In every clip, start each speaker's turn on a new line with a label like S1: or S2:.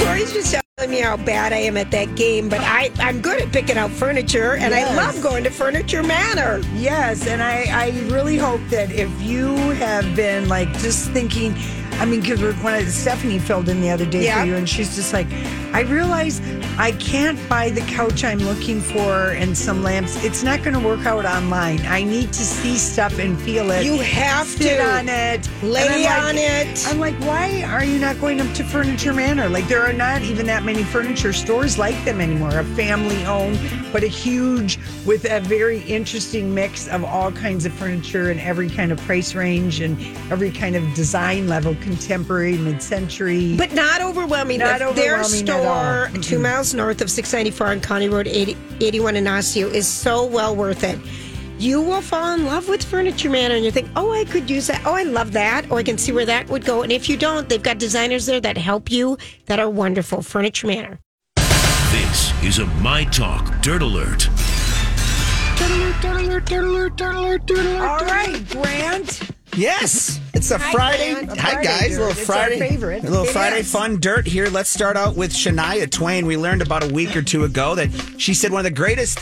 S1: Lori's just telling me how bad I am at that game, but I, I'm good at picking out furniture, and I
S2: Yes.
S1: love going to Furniture Manor.
S2: Yes, and I, I really hope that if you have been like just thinking, I mean, because when I, Stephanie filled in the other day
S1: Yeah.
S2: for you, and she's just like, I realize I can't buy the couch I'm looking for and some lamps. It's not going to work out online. I need to see stuff and feel it.
S1: You have
S2: Sit
S1: to.
S2: on it,
S1: Lay
S2: And I'm
S1: on it.
S2: I'm like, why are you not going up to Furniture Manor? Like, there are not even that many furniture stores like them anymore. A family owned, but a huge with a very interesting mix of all kinds of furniture and every kind of price range and every kind of design level, contemporary, mid century.
S1: But not overwhelming.
S2: Not
S1: If Their
S2: overwhelming at
S1: store,
S2: all. Mm-hmm.
S1: two miles north of 694 on County Road 80, 81 in Osseo, is so well worth it. You will fall in love with Furniture Manor and you think, oh, I could use that. Oh, I love that. Or I can see where that would go. And if you don't, they've got designers there that help you that are wonderful. Furniture Manor.
S3: This is a My Talk Dirt Alert.
S2: all right, Grant.
S4: Yes, it's a
S1: Hi,
S4: Friday.
S1: Grant. A
S4: Hi
S2: Friday dirt.
S4: guys, little
S2: It's our
S4: Friday,
S2: favorite.
S4: a little
S2: It
S4: Friday
S2: is.
S4: fun dirt here. Let's start out with Shania Twain. We learned about a week or two ago that she said one of the greatest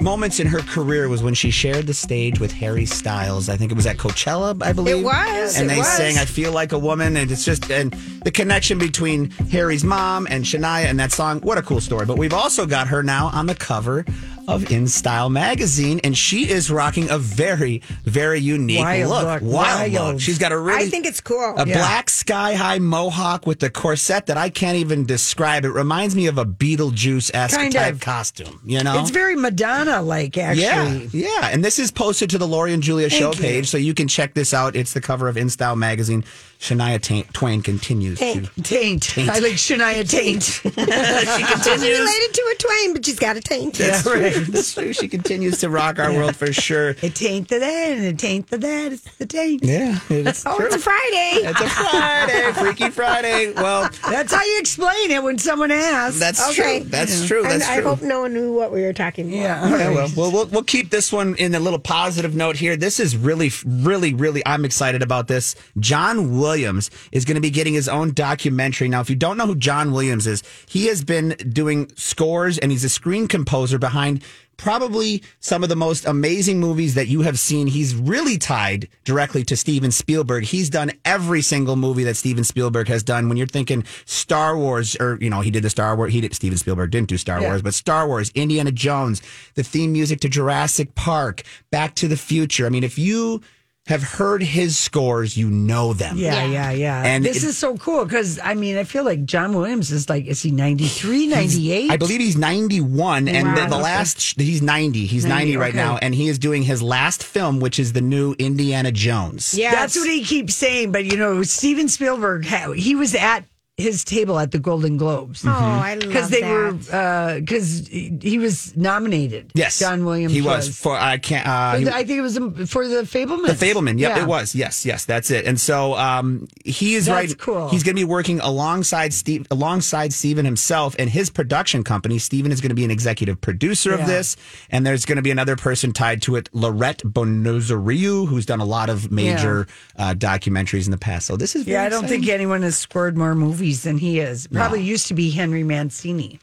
S4: moments in her career was when she shared the stage with Harry Styles. I think it was at Coachella, I believe.
S1: was,
S4: and
S1: it
S4: they
S1: was.
S4: sang "I Feel Like a Woman," and it's just and the connection between Harry's mom and Shania and that song. What a cool story! But we've also got her now on the cover. Of In Style magazine, and she is rocking a very, very unique
S2: Wild
S4: look.
S2: look,
S4: Wild, look.
S2: wild.
S4: She's got a really.
S1: I think it's cool.
S4: A
S2: Yeah.
S4: black sky high mohawk with the corset that I can't even describe. It reminds me of a Beetlejuice esque
S2: Kind
S4: type
S2: of.
S4: costume, you know?
S2: It's very Madonna like,
S4: yeah,
S2: actually.
S4: yeah, and this is posted to the Lori and Julia show
S2: you.
S4: page, so you can check this out. It's the cover of In Style magazine. Shania Ta- Twain continues to
S2: Taint. I like Shania Taint.
S4: she
S1: She's related to a twain, but she's got a taint.
S4: That's right. That's true. She continues to rock our world for sure.
S2: it taint the that and it taint the that. It's the taint.
S4: Yeah, it's
S1: Oh,
S4: true.
S1: it's a Friday.
S4: It's a Friday, Freaky Friday. Well,
S2: That's how you explain it when someone asks.
S4: that's
S1: Okay.
S4: true. That's true.
S1: And
S4: That's
S1: I
S4: true.
S1: hope no one knew what we were talking about.
S2: yeah.
S4: Yeah, well, well, we'll we'll keep this one in a little positive note here. This is really, really, really. I'm excited about this. John Williams is going to be getting his own documentary. Now, if you don't know who John Williams is, he has been doing scores and he's a screen composer behind probably some of the most amazing movies that you have seen. He's really tied directly to Steven Spielberg. He's done every single movie that Steven Spielberg has done. When you're thinking Star Wars, or you know, he did the Star Wars. He did Steven Spielberg didn't do Star Wars, but Star Wars, Indiana Jones, the theme music to Jurassic Park, Back to the Future. I mean, if you have heard his scores, you know them.
S2: Yeah, yeah, yeah.
S4: And
S2: this is
S4: it-
S2: so cool because I mean, I feel like John Williams is like, is he 93, 98?
S4: I believe he's 91, and the, the last he's 90. He's 90, right now, and he is doing his last film, which is the new Indiana Jones.
S1: Yes.
S2: That's what he keeps saying. But you know, Steven Spielberg, ha- he was at his table at the Golden Globes.
S1: Oh, I love
S2: Because they
S1: that.
S2: were, because he he was nominated.
S4: Yes,
S2: John Williams.
S4: He was, for I can't. Uh, he-
S2: I think it was um, for the Fableman.
S4: The Fableman. Yep, it was. Yes, yes, that's it. And so um, he is
S2: That's
S4: right.
S2: cool.
S4: He's going to be working alongside Steve, alongside Steven himself and his production company. Steven is going to be an executive producer
S2: Yeah.
S4: of this, and there's going to be another person tied to it, Lorette Bonozariu, who's done a lot of major uh, documentaries in the past. So this is very
S2: Yeah, I don't
S4: exciting.
S2: think anyone has scored more movies than he is. Probably used to be Henry Mancini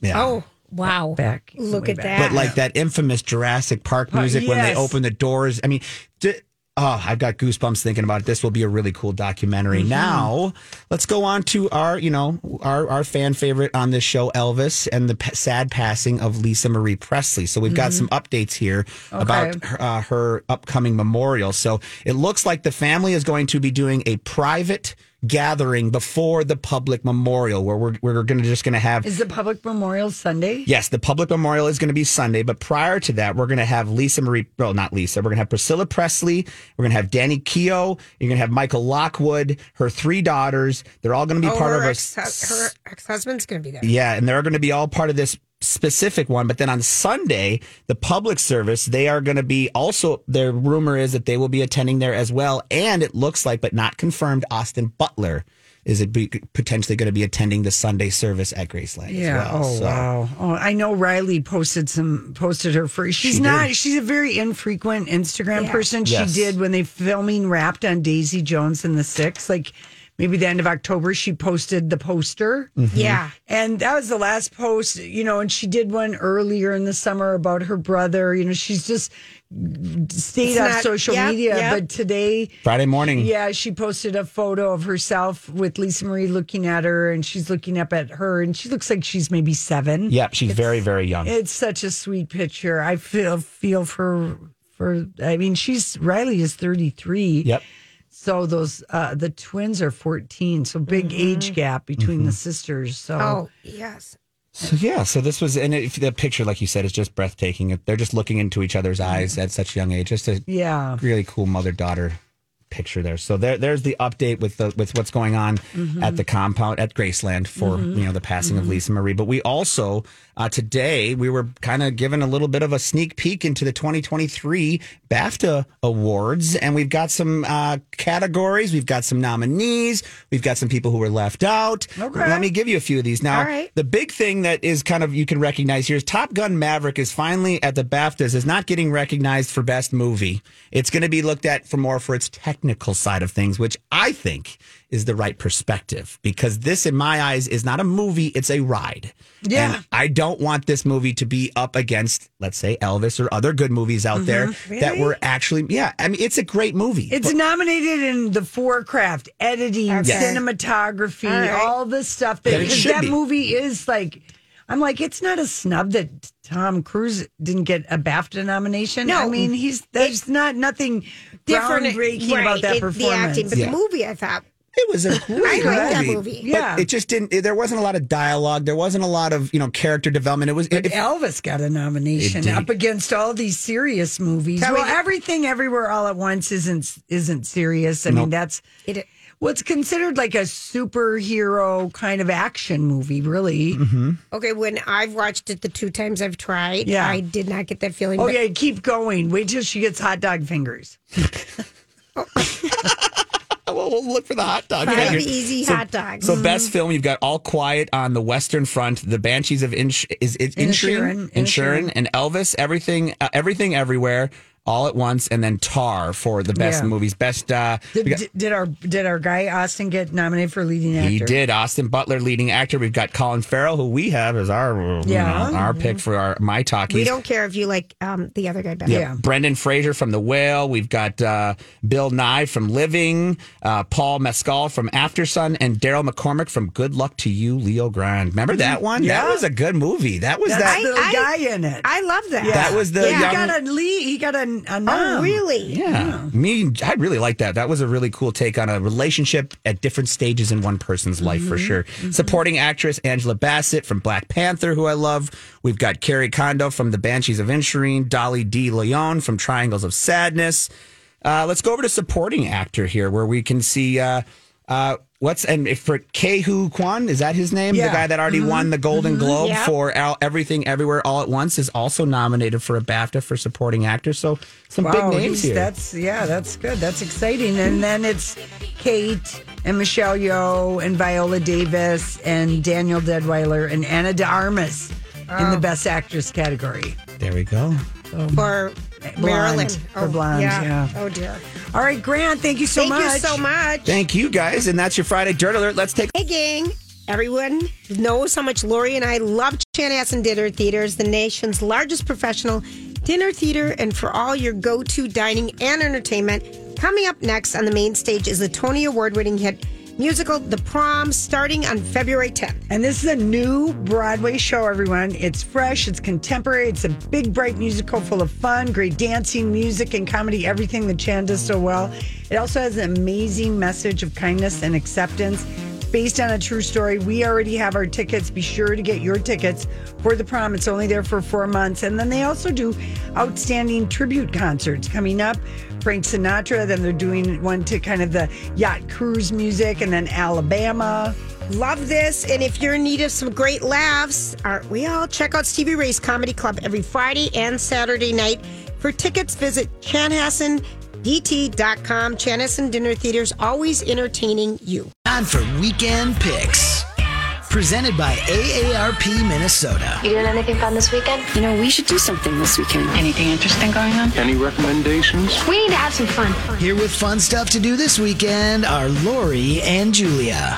S4: Yeah.
S1: Oh, wow.
S2: back.
S1: Look
S2: way
S1: at
S2: back.
S1: that.
S4: but like that infamous Jurassic Park
S2: Uh,
S4: music when they
S2: yes.
S4: open the doors. I mean, d- Oh, I've got goosebumps thinking about it. This will be a really cool documentary. Now, let's go on to our, you know, our, our fan favorite on this show, Elvis, and the p- sad passing of Lisa Marie Presley. So we've got some updates here about her, uh, her upcoming memorial. So it looks like the family is going to be doing a private gathering before the public memorial where we're, we're going to just going to have
S5: Is the public memorial Sunday?
S4: Yes, the public memorial is going to be Sunday, but prior to that, we're going to have Lisa Marie, well, not Lisa, we're going to have Priscilla Presley, we're going to have Danny Keough, you're going to have Michael Lockwood, her three daughters. They're all going to be
S1: oh,
S4: part
S1: her
S4: of a.
S1: ex her ex husband's going to be there.
S4: Yeah, and they're going to be all part of this specific one. But then on Sunday, the public service, they are going to be also, their rumor is that they will be attending there as well. And it looks like, but not confirmed, Austin Butler is it be, potentially going to be attending the Sunday service at Graceland as
S2: Yeah.
S4: well.
S2: oh
S4: So-
S2: wow. Oh, I know Riley posted some posted her free. She's not. She's a very infrequent Instagram person.
S4: Yes.
S2: She did when they filming wrapped on Daisy Jones and the Six. Like maybe the end of October, she posted the poster.
S4: Mm-hmm.
S1: Yeah.
S2: And that was the last post, you know, and she did one earlier in the summer about her brother. You know, she's just stayed
S1: It's
S2: on
S1: not-
S2: social
S1: yep,
S2: media.
S1: yep.
S2: But today,
S4: Friday morning.
S2: yeah, she posted a photo of herself with Lisa Marie looking at her and she's looking up at her and she looks like she's maybe seven.
S4: Yep, she's very, very young.
S2: It's such a sweet picture. I feel feel for for I mean she's Riley is 33.
S4: Yep.
S2: So those uh the twins are 14. So big age gap between the sisters. So
S1: Oh, yes.
S4: So yeah. So this was, and it, the picture, like you said, is just breathtaking. They're just looking into each other's eyes at such a young age. Just a
S2: yeah.
S4: really cool mother daughter picture there. So there, there's the update with the with what's going on at the compound at Graceland for you know the passing of Lisa Marie. But we also uh, today we were kind of given a little bit of a sneak peek into the 2023 BAFTA awards, and we've got some uh, categories, we've got some nominees, we've got some people who were left out.
S2: Okay.
S4: Let me give you a few of these now.
S1: All right.
S4: The big thing that is kind of you can recognize here is Top Gun Maverick is finally at the BAFTAs is not getting recognized for best movie. It's going to be looked at for more for its technical side of things, which I think is the right perspective because this, in my eyes, is not a movie; it's a ride.
S2: Yeah.
S4: And I don't want this movie to be up against, let's say, Elvis or other good movies out there that were actually, yeah. I mean, it's a great movie.
S2: It's nominated in the forecraft, editing, cinematography, all,
S1: All right.
S2: the stuff that,
S4: That it
S2: because
S4: should
S2: that
S4: be.
S2: movie is like. I'm like, it's not a snub that Tom Cruise didn't get a BAFTA nomination.
S1: No.
S2: I mean, he's there's not nothing
S1: Different e-,
S2: groundbreaking about that
S1: it- The
S2: performance.
S1: acting, but
S4: Yeah.
S1: the movie, I thought.
S4: It was a
S1: I
S4: great
S1: like that
S4: movie.
S1: movie.
S2: Yeah.
S4: But it just didn't. It, there wasn't a lot of dialogue. There wasn't a lot of you know character development. It was.
S2: But
S4: It, it-
S2: Elvis got a nomination
S4: Indeed.
S2: up against all these serious movies.
S1: Tell me
S2: well,
S1: that-
S2: everything, everywhere, all at once isn't isn't serious. I mean, that's
S1: It-
S2: what's considered like a superhero kind of action movie, really.
S1: Mm-hmm. Okay, when I've watched it the two times I've tried,
S2: Yeah. Oh,
S1: I did not get that feeling. but-
S2: Okay, keep going. Wait till she gets hot dog fingers.
S4: well, we'll look for the hot dog.
S1: Five
S4: fingers.
S1: easy Mm-hmm. hot dogs.
S4: So best film, you've got All Quiet on the Western Front, The Banshees of Inch is it Inchurin,
S2: Inisherin,
S4: Inchurin, and Elvis. Everything, uh, everything, everywhere, all at once, and then Tar for the best
S2: Yeah.
S4: movies. Best uh,
S2: Did,
S4: we got-
S2: did our did our guy Austin get nominated for leading actor?
S4: He did. Austin Butler, leading actor. We've got Colin Farrell, who we have as our you
S2: Yeah.
S4: know, our pick for our my talkies.
S1: we don't care if you like um, the other guy better.
S2: Yeah.
S4: Brendan Fraser from The Whale. We've got uh, Bill Nye from Living, uh, Paul Mescal from After Sun, and Daryl McCormick from Good Luck to You, Leo Grand. Remember that one? That
S2: Mm-hmm. Yeah.
S4: was a good movie. That was
S2: That's
S4: that.
S2: the
S1: I-
S2: guy in it.
S1: I love that.
S4: That was the
S2: he
S4: young-
S2: got a lead. He got a, a nom.
S1: Oh, really?
S4: yeah. me. I really like that. That was a really cool take on a relationship at different stages in one person's life, for sure. Supporting actress Angela Bassett from Black Panther, who I love. We've got Carrie Kondo from The Banshees of Inisherin, Dolly D. Leon from Triangles of Sadness. Uh, let's go over to supporting actor here, where we can see uh, uh, what's and if for Kehu Kwan is that his name, the
S2: Yeah.
S4: guy that already won the Golden Globe
S1: Yeah.
S4: for Al- Everything Everywhere All at Once, is also nominated for a BAFTA for supporting actor. So some
S2: Wow,
S4: big names
S2: he's-
S4: here.
S2: That's yeah, that's good. That's exciting. And then it's Kate and Michelle Yeoh and Viola Davis and Daniel Deadweiler and Anna De Armas in
S1: Oh.
S2: the Best Actress category.
S4: There we go.
S1: For Marilyn.
S2: For Blonde, yeah.
S1: Oh, dear.
S2: All right, Grant, thank you so
S1: Thank
S2: much.
S1: you so much.
S4: Thank you guys, and that's your Friday Dirt Alert. Let's take
S1: Hey, gang. Everyone knows how much Lori and I love Chanhassen Dinner Theater. It's the nation's largest professional dinner theater and for all your go to dining and entertainment. Coming up next on the main stage is the Tony Award winning hit musical The Prom starting on February 10th.
S2: And this is a new Broadway show, everyone. It's fresh, it's contemporary, it's a big, bright musical full of fun, great dancing, music, and comedy, everything that Chan does so well. It also has an amazing message of kindness and acceptance. Based on a true story, we already have our tickets. Be sure to get your tickets for the prom. It's only there for four months. And then they also do outstanding tribute concerts coming up. Frank Sinatra, then they're doing one to kind of the yacht cruise music, and then Alabama.
S1: Love this. And if you're in need of some great laughs, aren't we all? Check out Stevie Ray's Comedy Club every Friday and Saturday night. For tickets, visit chanhassendt.com. Chanhassen Dinner Theater's always entertaining you.
S6: Time for weekend picks. Presented by AARP Minnesota.
S7: You doing anything fun this weekend?
S8: You know, we should do something this weekend. Anything interesting going on?
S9: Any recommendations?
S7: We need to have some fun.
S6: Here with fun stuff to do this weekend are Lori and Julia.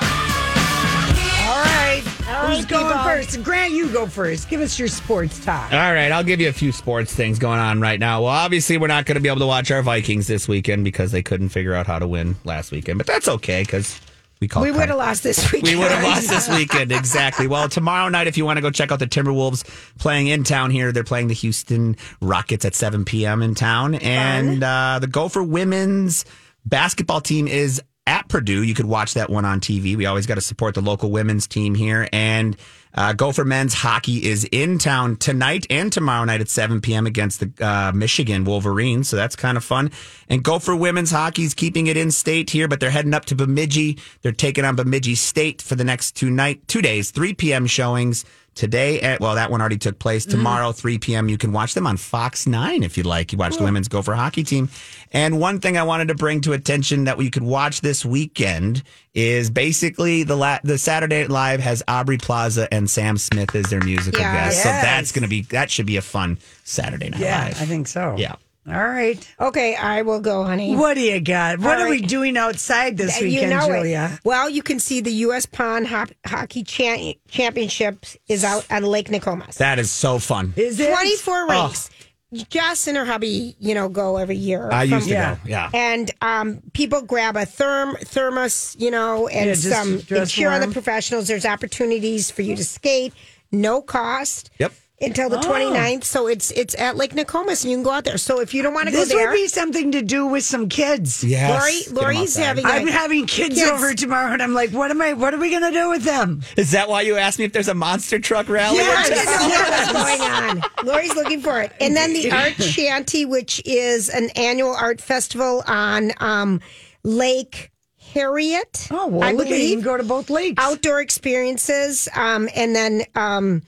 S2: All right. Who's
S1: right,
S2: going
S1: people.
S2: first? Grant, you go first. Give us your sports talk.
S4: All right, I'll give you a few sports things going on right now. Well, obviously, we're not going to be able to watch our Vikings this weekend because they couldn't figure out how to win last weekend, but that's okay because we called.
S1: We would have lost this weekend.
S4: We would have lost this weekend, exactly. Well, tomorrow night, if you want to go check out the Timberwolves playing in town here, they're playing the Houston Rockets at 7 p.m. in town. And uh, the Gopher women's basketball team is at Purdue. You could watch that one on TV. We always got to support the local women's team here. And uh, Gopher men's hockey is in town tonight and tomorrow night at 7 p.m. against the uh, Michigan Wolverines. So that's kind of fun. And Gopher women's hockey is keeping it in state here, but they're heading up to Bemidji. They're taking on Bemidji State for the next two night, two days, 3 p.m. showings today at well that one already took place
S2: Mm-hmm.
S4: tomorrow 3 p.m you can watch them on fox 9 if you'd like you watch the women's gopher hockey team and one thing i wanted to bring to attention that we could watch this weekend is basically the la- the saturday Night live has aubrey plaza and sam smith as their musical
S1: Yeah.
S4: guest so
S2: Yes.
S4: that's gonna be that should be a fun saturday night
S2: Yeah,
S4: live
S2: I think so.
S4: yeah
S2: All right.
S1: Okay, I will go, honey.
S2: What do you got? What
S1: All
S2: are we
S1: right.
S2: doing outside this
S1: Uh,
S2: weekend,
S1: it.
S2: Julia?
S1: Well, you can see the U.S. Pond Hop- Hockey Chan- Championships is out on Lake Nokomis.
S4: that is so fun
S2: Is it
S1: 24
S4: Oh.
S1: rinks. Jess and her hubby, you know, go every year.
S4: i used to
S2: Yeah.
S4: go yeah
S1: And um, people grab a therm thermos, you know, and
S2: Yeah, just
S1: some and
S2: dress
S1: cheer on
S2: warm.
S1: the professionals. There's opportunities for you to skate, no cost.
S4: Yep.
S1: Until
S2: Oh.
S1: the twenty 29th. So it's it's at Lake Nokomis and you can go out there. So if you don't want to go
S2: This
S1: there,
S2: would be something to do with some kids.
S1: Lori,
S4: Yes, get 'em
S1: Lori's
S4: outside.
S1: having
S2: I'm
S1: a-
S2: having kids,
S1: Kids.
S2: over tomorrow, and I'm like, what am I? What are we gonna do with them?
S4: Is that why you asked me if there's a monster truck rally? in
S1: Yeah, I
S4: town?
S1: didn't know what was going on. Lori's looking for it. And then the Art Shanty, which is an annual art festival on um, Lake Harriet.
S2: Oh well,
S1: I
S2: look at you
S1: believe
S2: can go to both lakes.
S1: outdoor experiences. Um, and then, um,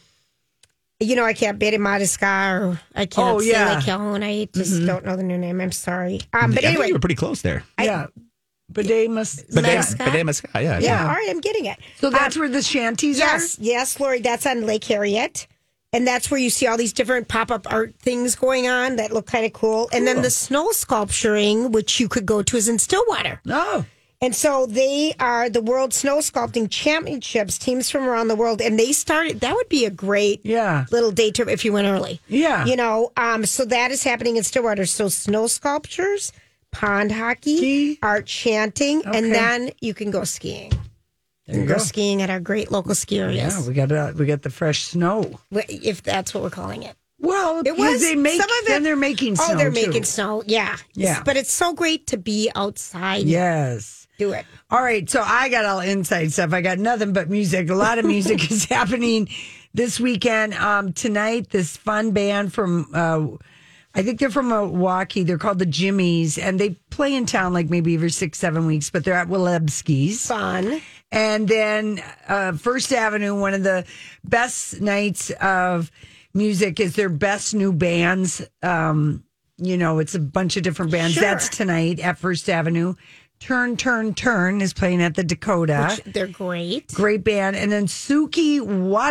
S1: you know, I can't Beta Madagascar. Or I can't
S2: Oh,
S1: say
S2: yeah.
S1: Lake Calhoun. I just don't know the new name. I'm sorry. Um, but
S4: I think
S1: anyway,
S4: you were pretty close there.
S2: yeah, but they must.
S4: But they,
S1: Mascot?
S4: but they must, yeah,
S1: yeah.
S2: yeah.
S1: All right, I'm getting it.
S2: so that's where the shanties
S1: Yes, yes, Lori. That's on Lake Harriet. And that's where you see all these different pop up art things going on that look kind of cool. And then the snow sculpturing, which you could go to, is in Stillwater.
S2: are. Oh,
S1: And so they are the World Snow Sculpting Championships, teams from around the world. And they started, that would be a great
S2: Yeah.
S1: little day trip if you went early.
S2: Yeah.
S1: You know, um, so that is happening in Stillwater. So snow sculptures, pond hockey,
S2: Ski.
S1: art chanting,
S2: Okay.
S1: and then you can go skiing.
S2: there you
S1: Go
S2: go.
S1: skiing at our great local ski areas.
S2: Yeah, we got uh, we got the fresh snow.
S1: Wh- if that's what we're calling it.
S2: Well,
S1: It was
S2: they make
S1: some of it.
S2: then they're making snow.
S1: oh, they're
S2: too.
S1: making snow. Yeah,
S2: Yeah.
S1: But it's so great to be outside. Yeah,
S2: Yes.
S1: do it.
S2: All right, so I got all inside stuff. I got nothing but music. A lot of music is happening this weekend. Um, tonight, this fun band from, uh, I think they're from Milwaukee. They're called the Jimmies, and they play in town like maybe every six, seven weeks, but they're at Wilebski's.
S1: Fun.
S2: And then uh, First Avenue, one of the best nights of music is their best new bands. Um, you know, it's a bunch of different bands.
S1: Sure.
S2: That's tonight at First Avenue. Turn, Turn, Turn is playing at the Dakota.
S1: They're great.
S2: Great band. And then Suki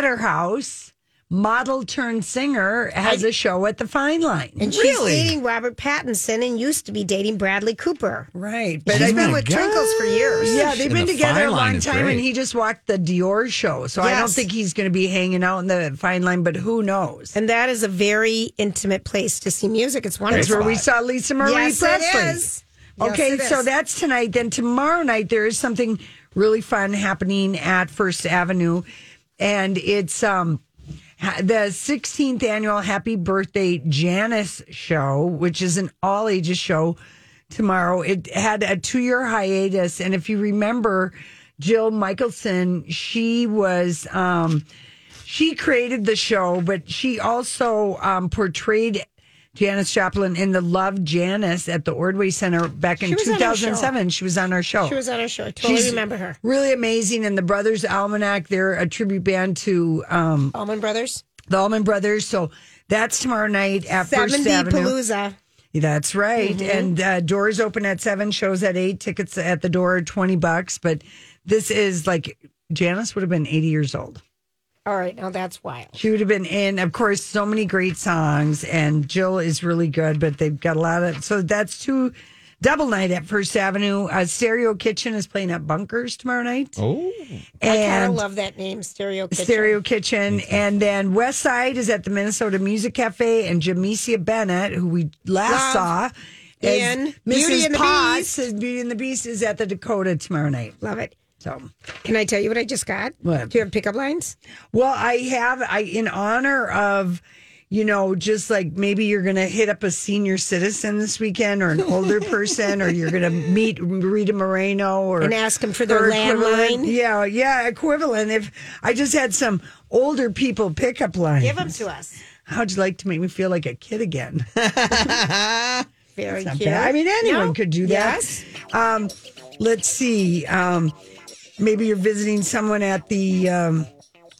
S2: Waterhouse, model turned singer, has a show at the Fine Line.
S1: And she's dating Robert Pattinson and used to be dating Bradley Cooper.
S2: right. But
S4: She's
S2: I've been
S4: my
S2: with
S4: God.
S2: Trinkles for years. Yeah, they've
S4: And
S2: been
S4: the
S2: together
S4: Fine
S2: a
S4: Line
S2: long
S4: is
S2: time,
S4: great.
S2: and he just walked the Dior show. So I don't
S1: Yes.
S2: think he's going to be hanging out in the Fine Line, but who knows?
S1: And that is a very intimate place to see music. It's
S2: That's
S1: wonderful.
S2: where we saw Lisa Marie
S1: Yes, it
S2: Presley.
S1: is.
S2: Okay,
S1: it is.
S2: so that's tonight. Then tomorrow night there is something really fun happening at First Avenue, and it's um ha- the 16th annual Happy Birthday Janice show, which is an all ages show tomorrow. It had a two year hiatus, and if you remember, Jill Michelson, she was um she created the show, but she also um, portrayed Janice Joplin in the Love Janice at the Ordway Center back in
S1: She was on our show.
S2: 2007. She was on our show.
S1: She was on our show. I totally
S2: She's
S1: remember her.
S2: Really amazing. And the Brothers Almanac, they're a tribute band to um,
S1: Allman Brothers.
S2: the Allman Brothers. So that's tomorrow night at First
S1: 70
S2: Avenue.
S1: Palooza. Mm-hmm.
S2: That's right. And uh, doors open at seven, shows at eight, tickets at the door are 20 bucks. But this is like Janice would have been 80 years old.
S1: All right, now that's wild.
S2: She would have been in, of course, so many great songs, and Jill is really good, but they've got a lot of. So that's two double night at First Avenue. Uh, Stereo Kitchen is playing at Bunkers tomorrow night. Oh,
S1: I kind of
S2: and
S1: love that name, Stereo Kitchen.
S2: Stereo Kitchen, and then West Side is at the Minnesota Music Cafe, and Jamesia Bennett, who we last saw, is
S1: in
S2: Mrs.
S1: Beauty and the
S2: Potts, is Beauty and the Beast is at the Dakota tomorrow night.
S1: Love it.
S2: So.
S1: Can I tell you what I just got?
S2: What?
S1: Do you have pickup lines?
S2: Well, I have I in honor of you know just like maybe you're going to hit up a senior citizen this weekend or an older person or you're going to meet Rita Moreno or
S1: And ask 'em for their
S2: or equivalent.
S1: landline.
S2: Yeah, yeah, equivalent. If I just had some older people pickup line.
S1: Give them to us.
S2: How'd you like to make me feel like a kid again?
S1: Very
S2: Not
S1: cute.
S2: bad. I mean, anyone
S1: No?
S2: could do that.
S1: Yes.
S2: Um, let's see. Um, maybe you're visiting someone at the, um,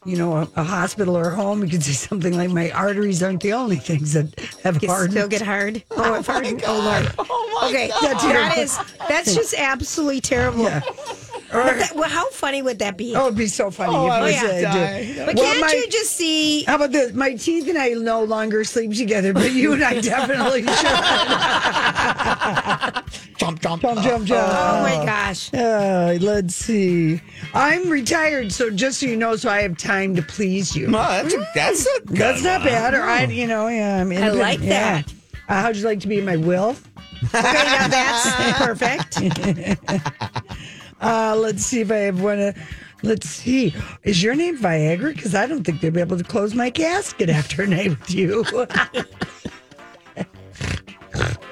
S2: you know, a, a hospital or a home. You could say something like, "My arteries aren't the only things that have
S1: You
S2: hardened."
S1: still get hard. Oh, I've hardened. Oh, Lord. okay,
S2: That's
S1: that
S2: your-
S1: is that's just absolutely terrible.
S2: Yeah. Or-
S1: But that- well, how funny would that be?
S2: oh, it'd be so funny if you
S1: yeah.
S2: said, uh,
S1: but
S2: Well,
S1: can't
S2: my-
S1: you just see?
S2: How about this? My teeth and I no longer sleep together, but you and I definitely should.
S4: Jump, jump,
S2: Jump, jump, jump.
S1: Oh my gosh!
S2: Uh, let's see. I'm retired, so just so you know, so I have time to please you.
S4: Well, that's, a, that's
S1: Mm-hmm.
S4: a good
S2: That's not
S4: one.
S2: bad. Or I, you know, yeah, I'm. independent.
S1: like
S2: Yeah.
S1: that.
S2: Uh, how'd you like to be in my will?
S1: Okay, now that's perfect.
S2: Uh, let's see if I have one. Uh, let's see. Is your name Viagra? Because I don't think they'll be able to close my casket after a night with you.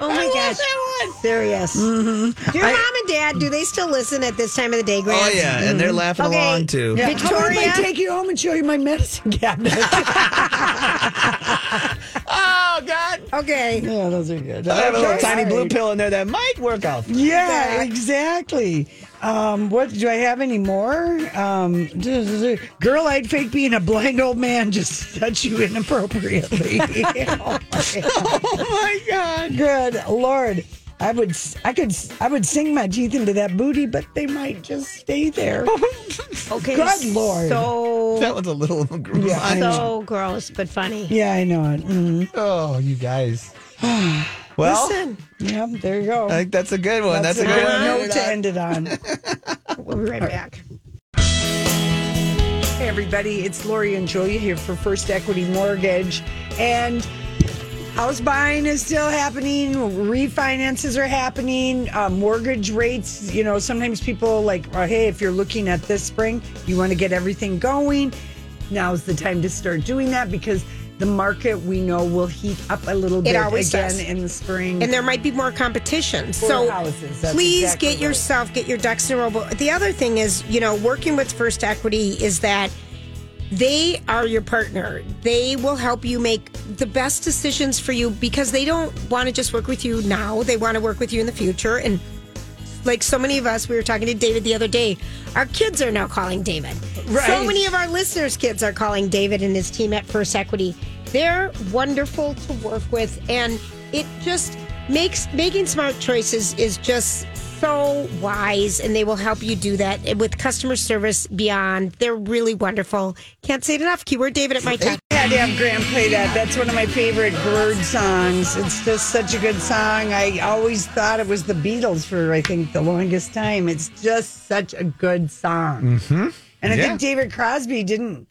S1: Oh my gosh! Serious. Your
S2: I-
S1: mom and dad, do they still listen at this time of the day, Grant?
S4: Oh, yeah. And they're laughing
S1: Mm-hmm. Okay.
S4: along, too.
S2: Yeah. How about if I
S1: Victoria?
S2: take you home and show you my medicine cabinet?
S4: Oh, God.
S1: Okay.
S2: yeah, those are good.
S4: I have a little
S2: Okay.
S4: tiny blue pill in there that might work out.
S1: Mm-hmm.
S2: Yeah, exactly. Um, what do I have any more? Um, girl, I'd fake being a blind old man just to touch you inappropriately. oh, my god! Good lord, I would, I could, I would sing my teeth into that booty, but they might just stay there.
S1: Okay.
S2: Good Lord.
S1: So
S4: That was a little
S2: I know.
S1: so gross, but funny.
S2: yeah, I know it. Mm,
S4: Oh, you guys. Well,
S1: Listen,
S2: yeah, there you go.
S4: I think that's a good one. That's, a
S2: good
S4: good one.
S2: note to end it on.
S1: we'll be right back.
S2: Hey everybody, it's Lori and Julia here for First Equity Mortgage. And house buying is still happening, refinances are happening, uh, mortgage rates. You know, sometimes people like, oh, hey, if you're looking at this spring, you want to get everything going. Now's the time to start doing that because the market we know will heat up a little bit
S1: always
S2: again
S1: does.
S2: in the spring.
S1: and there might be more competition. so
S2: houses, that's
S1: please
S2: exactly
S1: get
S2: right.
S1: yourself get your ducks in a row. But the other thing is, you know, working with First Equity is that they are your partner. They will help you make the best decisions for you because they don't want to just work with you now. They want to work with you in the future and like so many of us, we were talking to David the other day. Our kids are now calling David. So
S2: Right.
S1: many of our listeners' kids are calling David and his team at First Equity. They're wonderful to work with, and it just makes making smart choices is just so wise, and they will help you do that with customer service beyond. They're really wonderful. Can't say it enough. Keyword David at my time.
S2: I had to have Graham play that. That's one of my favorite Bird songs. It's just such a good song. I always thought it was the Beatles for, I think, the longest time. It's just such a good song. Mm-hmm. And I
S4: Yeah.
S2: think David Crosby didn't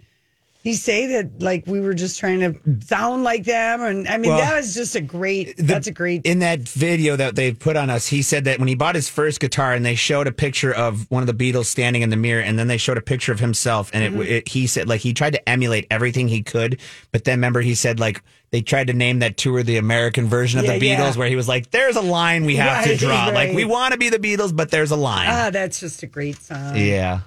S2: he say that like we were just trying to sound like them? And I mean,
S4: Well,
S2: that was just a great.
S4: the-
S2: that's a great.
S4: in that video that they put on us he said that when he bought his first guitar and they showed a picture of one of the beatles standing in the mirror and then they showed a picture of himself and
S2: Mm-hmm.
S4: it, it he said like he tried to emulate everything he could but then remember he said like they tried to name that tour the american version of
S2: Yeah,
S4: the beatles
S2: yeah.
S4: where he was like there's a line we have to
S2: Right,
S4: draw like
S2: right.
S4: we want to be the beatles but there's a line
S2: Ah, that's just a great song.
S4: yeah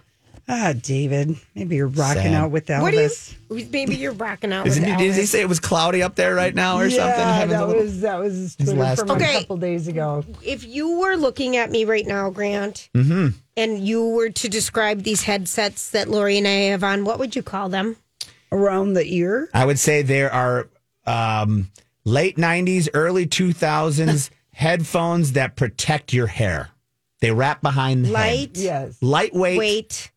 S2: Ah, David, maybe you're rocking
S4: Sad.
S2: out with Elvis.
S1: What do you? Maybe you're rocking out
S4: Isn't
S1: with
S4: he,
S1: Elvis.
S4: did he say it was cloudy up there right now or something
S2: Yeah,
S4: Heaven's a
S2: that
S4: little-
S2: was that was his Twitter
S4: last
S2: from
S1: one. Okay.
S2: a couple days ago.
S1: if you were looking at me right now, Grant,
S4: Mm-hmm.
S1: and you were to describe these headsets that Lori and I have on, what would you call them?
S2: Around the ear.
S4: I would say there are um, late 90s, early 2000s headphones that protect your hair. They wrap behind the head.
S1: Light,
S2: Yes.
S4: Lightweight
S1: weight.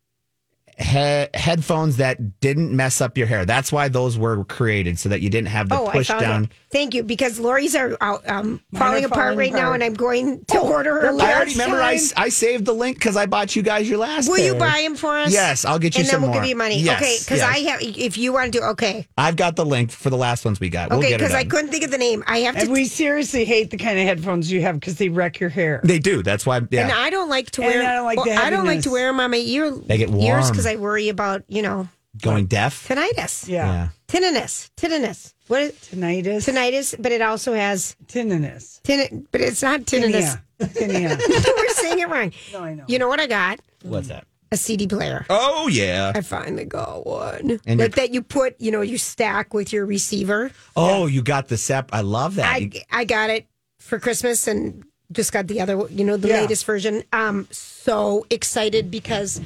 S4: he- headphones that didn't mess up your hair. That's why those were created so that you didn't have the
S1: Oh, I
S4: push
S1: found
S4: down.
S1: it. Thank you, because Lori's are out, um, falling
S2: are
S1: apart
S2: falling
S1: right now,
S2: apart.
S1: and I'm going to order her.
S4: Oh, I already
S1: last
S4: remember
S1: time.
S4: I, s- I saved the link because I bought you guys your last.
S1: Will you
S4: pair.
S1: buy them for us?
S4: Yes, I'll get you
S1: And then
S4: some
S1: we'll
S4: more.
S1: give you money.
S4: Yes,
S1: okay, because
S4: yes.
S1: I have. If you want to do, okay,
S4: I've got the link for the last ones we got. We'll
S1: okay,
S4: get it
S1: because I
S4: done.
S1: couldn't think of the name. I have to.
S2: And we seriously hate the kind of headphones you have because they wreck your hair.
S4: They do. That's why. Yeah.
S1: And I don't like to
S2: And
S1: wear.
S2: I don't like the
S1: I don't like
S2: heaviness.
S1: to wear them on my ear. They
S4: get
S1: ears
S4: warm.
S1: because I worry about you know
S4: Going deaf.
S1: tinnitus.
S2: yeah.
S4: Yeah.
S1: Tinnitus. Tinnitus. What is
S2: Tinnitus.
S1: tinnitus? But it also has
S2: Tinnitus.
S1: tin. But it's not tinnitus.
S2: Tinnia. Tinnia.
S1: We're saying it wrong.
S2: No, I know.
S1: You know what I got?
S4: What's that?
S1: A CD player.
S4: Oh yeah.
S1: I finally got one. like
S4: And you're-
S1: that you put, you know, you stack with your receiver.
S4: Oh, you got the sep. I love that.
S1: I I got it for Christmas and just got the other, you know, the
S2: Yeah.
S1: latest version. Um, so excited because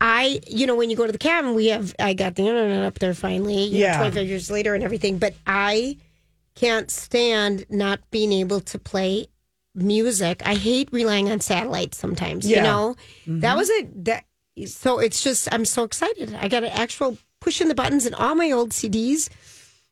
S1: I, you know, when you go to the cabin, we have I got the internet up there finally. you know,
S2: Yeah.
S1: 25 years later and everything, but I can't stand not being able to play music. I hate relying on satellites sometimes. You
S2: Yeah. Mm-hmm.
S1: know, that was a that. So it's just I'm so excited. I got an actual pushing the buttons and all my old CDs.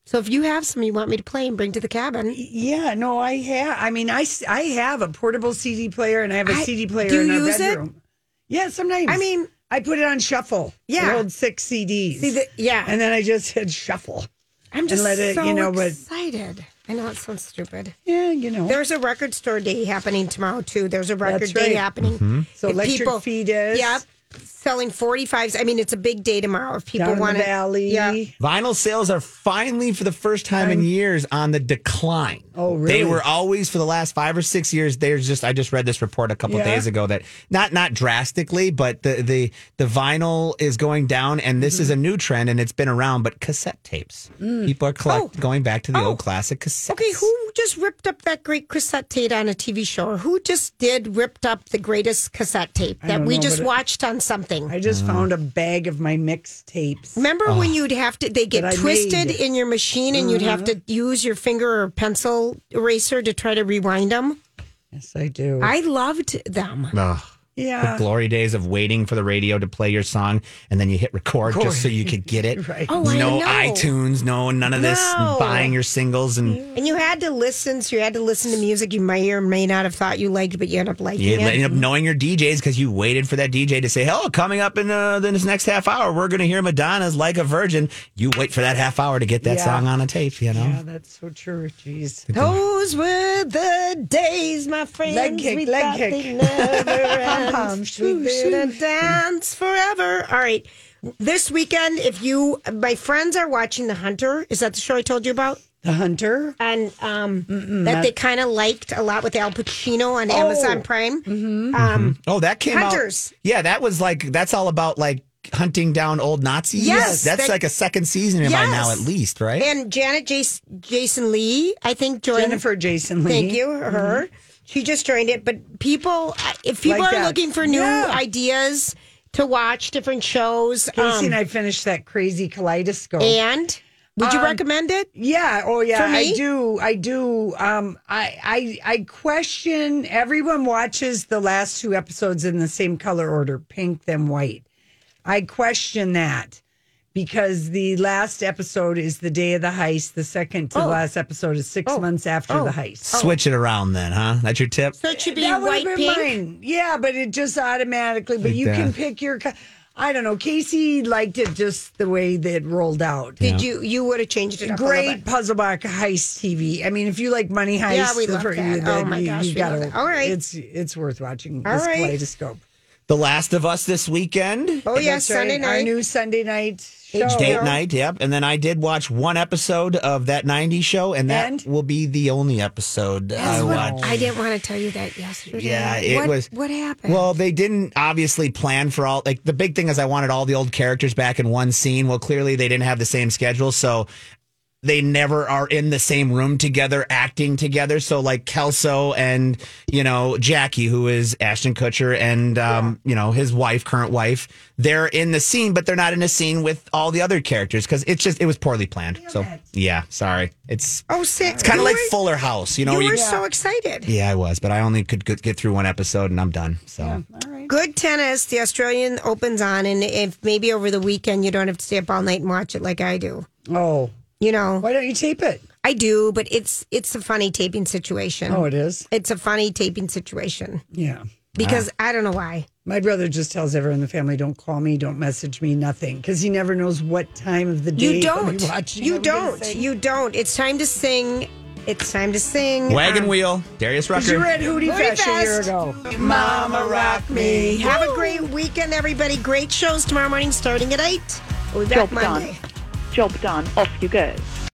S1: So if you have some you want me to play and bring to the cabin,
S2: Yeah, no, I have. I mean, I, s- I have a portable CD player and I have a
S1: I-
S2: CD player
S1: do you
S2: in our
S1: use it?
S2: bedroom. Yeah, sometimes.
S1: I mean-
S2: I put it on shuffle.
S1: Yeah.
S2: I hold six CDs.
S1: See the- yeah.
S2: And then I just hit shuffle.
S1: I'm just
S2: let it-
S1: so
S2: you know, but-
S1: excited. I know it sounds stupid.
S2: Yeah, you know.
S1: There's a record store day happening tomorrow too. There's a record
S2: That's
S1: day
S2: right.
S1: happening.
S2: so
S1: If
S2: electric
S1: people-
S2: feed is
S1: Yep. Selling 45s. I mean, it's a big day tomorrow if people
S2: down in
S1: want
S2: the valley.
S1: Yeah.
S4: Vinyl sales are finally, for the first time in years, on the decline.
S2: Oh, really?
S4: They were always for the last five or six years. There's just I just read this report a couple
S2: Yeah.
S4: days ago that not not drastically, but the the the vinyl is going down, and this is a new trend, and it's been around. But cassette tapes, people are collect, going back to the old classic cassettes.
S1: Okay, who just ripped up that great cassette tape on a TV show? Or Who just did ripped up the greatest cassette tape that
S2: don't
S1: we
S2: know,
S1: just
S2: but it-
S1: watched on something?
S2: I just
S4: Uh-huh.
S2: found a bag of my mixtapes.
S1: Remember when you'd have to they
S2: That
S1: get
S2: I
S1: twisted
S2: made. Mm-hmm.
S1: in your machine and you'd have to use your finger or pencil eraser to try to rewind them?
S2: Yes, I do.
S1: I loved them.
S4: Ugh.
S2: yeah.
S4: The glory days of waiting for the radio to play your song, and then you hit record just so you could get it.
S2: Right.
S1: Oh, I
S4: no
S1: know.
S4: iTunes, no none of this
S1: No.
S4: buying your singles and.
S1: And you had to listen, so you had to listen to music you may or may not have thought you liked, but you end up liking
S4: You
S1: it.
S4: ended up knowing your DJs because you waited for that DJ to say, "Hell, coming up in uh, this next half hour, we're going to hear Madonna's "Like a Virgin." You wait for that half hour to get that
S2: Yeah.
S4: song on a tape. You know,
S2: Yeah, that's so true. Jeez.
S1: Those were the days, my friends.
S2: Leg kick,
S1: we
S2: leg
S1: thought
S2: kick.
S1: they'd never end.
S2: Pom-pom,
S1: we
S2: shoo,
S1: did a dance forever. All right. This weekend, if you, my friends are watching The Hunter. Is that the show I told you about?
S2: The Hunter.
S1: And um, that they kind of liked a lot with Al Pacino on Amazon Prime. Mm-hmm. Um,
S4: oh, that came
S1: Hunters.
S4: out. Yeah, that was like that's all about like hunting down old Nazis.
S1: Yes,
S4: that's
S1: that-
S4: like a second season by now
S1: Yes.
S4: at least, right?
S1: And Janet Jas Jason Lee, I think, joined.
S2: Jennifer Jason Lee.
S1: Thank you, her. She just joined it. But people, uh, if people
S2: Mm-hmm. Like
S1: are
S2: that.
S1: looking for new
S2: Yeah.
S1: ideas to watch, different shows,
S2: Casey
S1: um,
S2: and I finished that crazy kaleidoscope.
S1: and would you
S2: Um,
S1: recommend it?
S2: Yeah. Oh, yeah.
S1: For me?
S2: I do. I do. Um, I, I, I question. Everyone watches the last two episodes in the same color order: pink, then white. I question that because the last episode is the day of the heist. The second
S1: Oh.
S2: to last episode is six months after the heist.
S4: Switch it around then, huh? That's your tip.
S1: So it should be
S2: That would
S1: white,
S2: have been
S1: pink.
S2: mine. Yeah, but it just automatically. But
S4: Like
S2: you can
S4: that.
S2: pick your. co- I don't know. Casey liked it just the way that it rolled out.
S1: Did you? You would have changed it. Up a little
S2: Great
S1: bit.
S2: puzzle box heist TV. I mean, if you like money heist,
S1: Yeah, we
S2: the
S1: love
S2: fir-
S1: that.
S2: you-
S1: Oh
S2: then
S1: my
S2: you,
S1: gosh,
S2: you
S1: we
S2: gotta,
S1: love it. All right.
S2: it's it's worth watching.
S1: All
S2: this
S1: right.
S2: kaleidoscope.
S4: The Last of Us this weekend.
S1: Oh yeah,
S2: That's right,
S1: Sunday
S2: Our
S1: night.
S2: new Sunday night show.
S4: Date night, yep. And then I did watch one episode of that 90s show, and that
S2: And?
S4: will be the only episode I
S1: That's what-
S4: watch.
S1: I didn't want to tell you that yesterday.
S4: Yeah, it
S1: What-
S4: was.
S1: What happened?
S4: Well, they didn't obviously plan for all. Like the big thing is, I wanted all the old characters back in one scene. Well, clearly they didn't have the same schedule, so they never are in the same room together, acting together. So like Kelso and you know Jackie, who is Ashton Kutcher and um, you know his wife, current wife, they're in the scene, but they're not in a scene with all the other characters because it's just it was poorly planned. so yeah, sorry, it's
S1: oh, sick.
S4: it's kind of like Fuller House, you know.
S1: You
S4: where
S1: were
S4: you-
S1: so excited.
S4: yeah, I was, but I only could g- get through one episode and I'm done. So.
S1: Good tennis. The Australian Open's on, and if maybe over the weekend you don't have to stay up all night and watch it like I do.
S2: Oh,
S1: You know,
S2: why don't you tape it?
S1: I do, but it's it's a funny taping situation.
S2: Oh, it is.
S1: It's a funny taping situation
S2: Yeah.
S1: because
S2: Ah.
S1: I don't know why.
S2: My brother just tells everyone in the family, "Don't call me, don't message me, nothing," because he never knows what time of the day
S1: You
S2: he'll be
S1: don't.
S2: watching.
S1: You
S2: I'm gonna
S1: don't.
S2: say-
S1: You don't. It's time to sing. It's time to sing.
S4: Wagon
S2: Ah.
S1: Um,
S4: wheel, Darius Rucker.
S2: You were at Hootie
S1: Hootie
S2: Fest a year
S1: Fest.
S2: ago.
S1: Mama Rock Me. Have a great weekend, everybody. Great shows tomorrow morning starting at 8. We'll be back Monday.
S9: Job done. Off you go.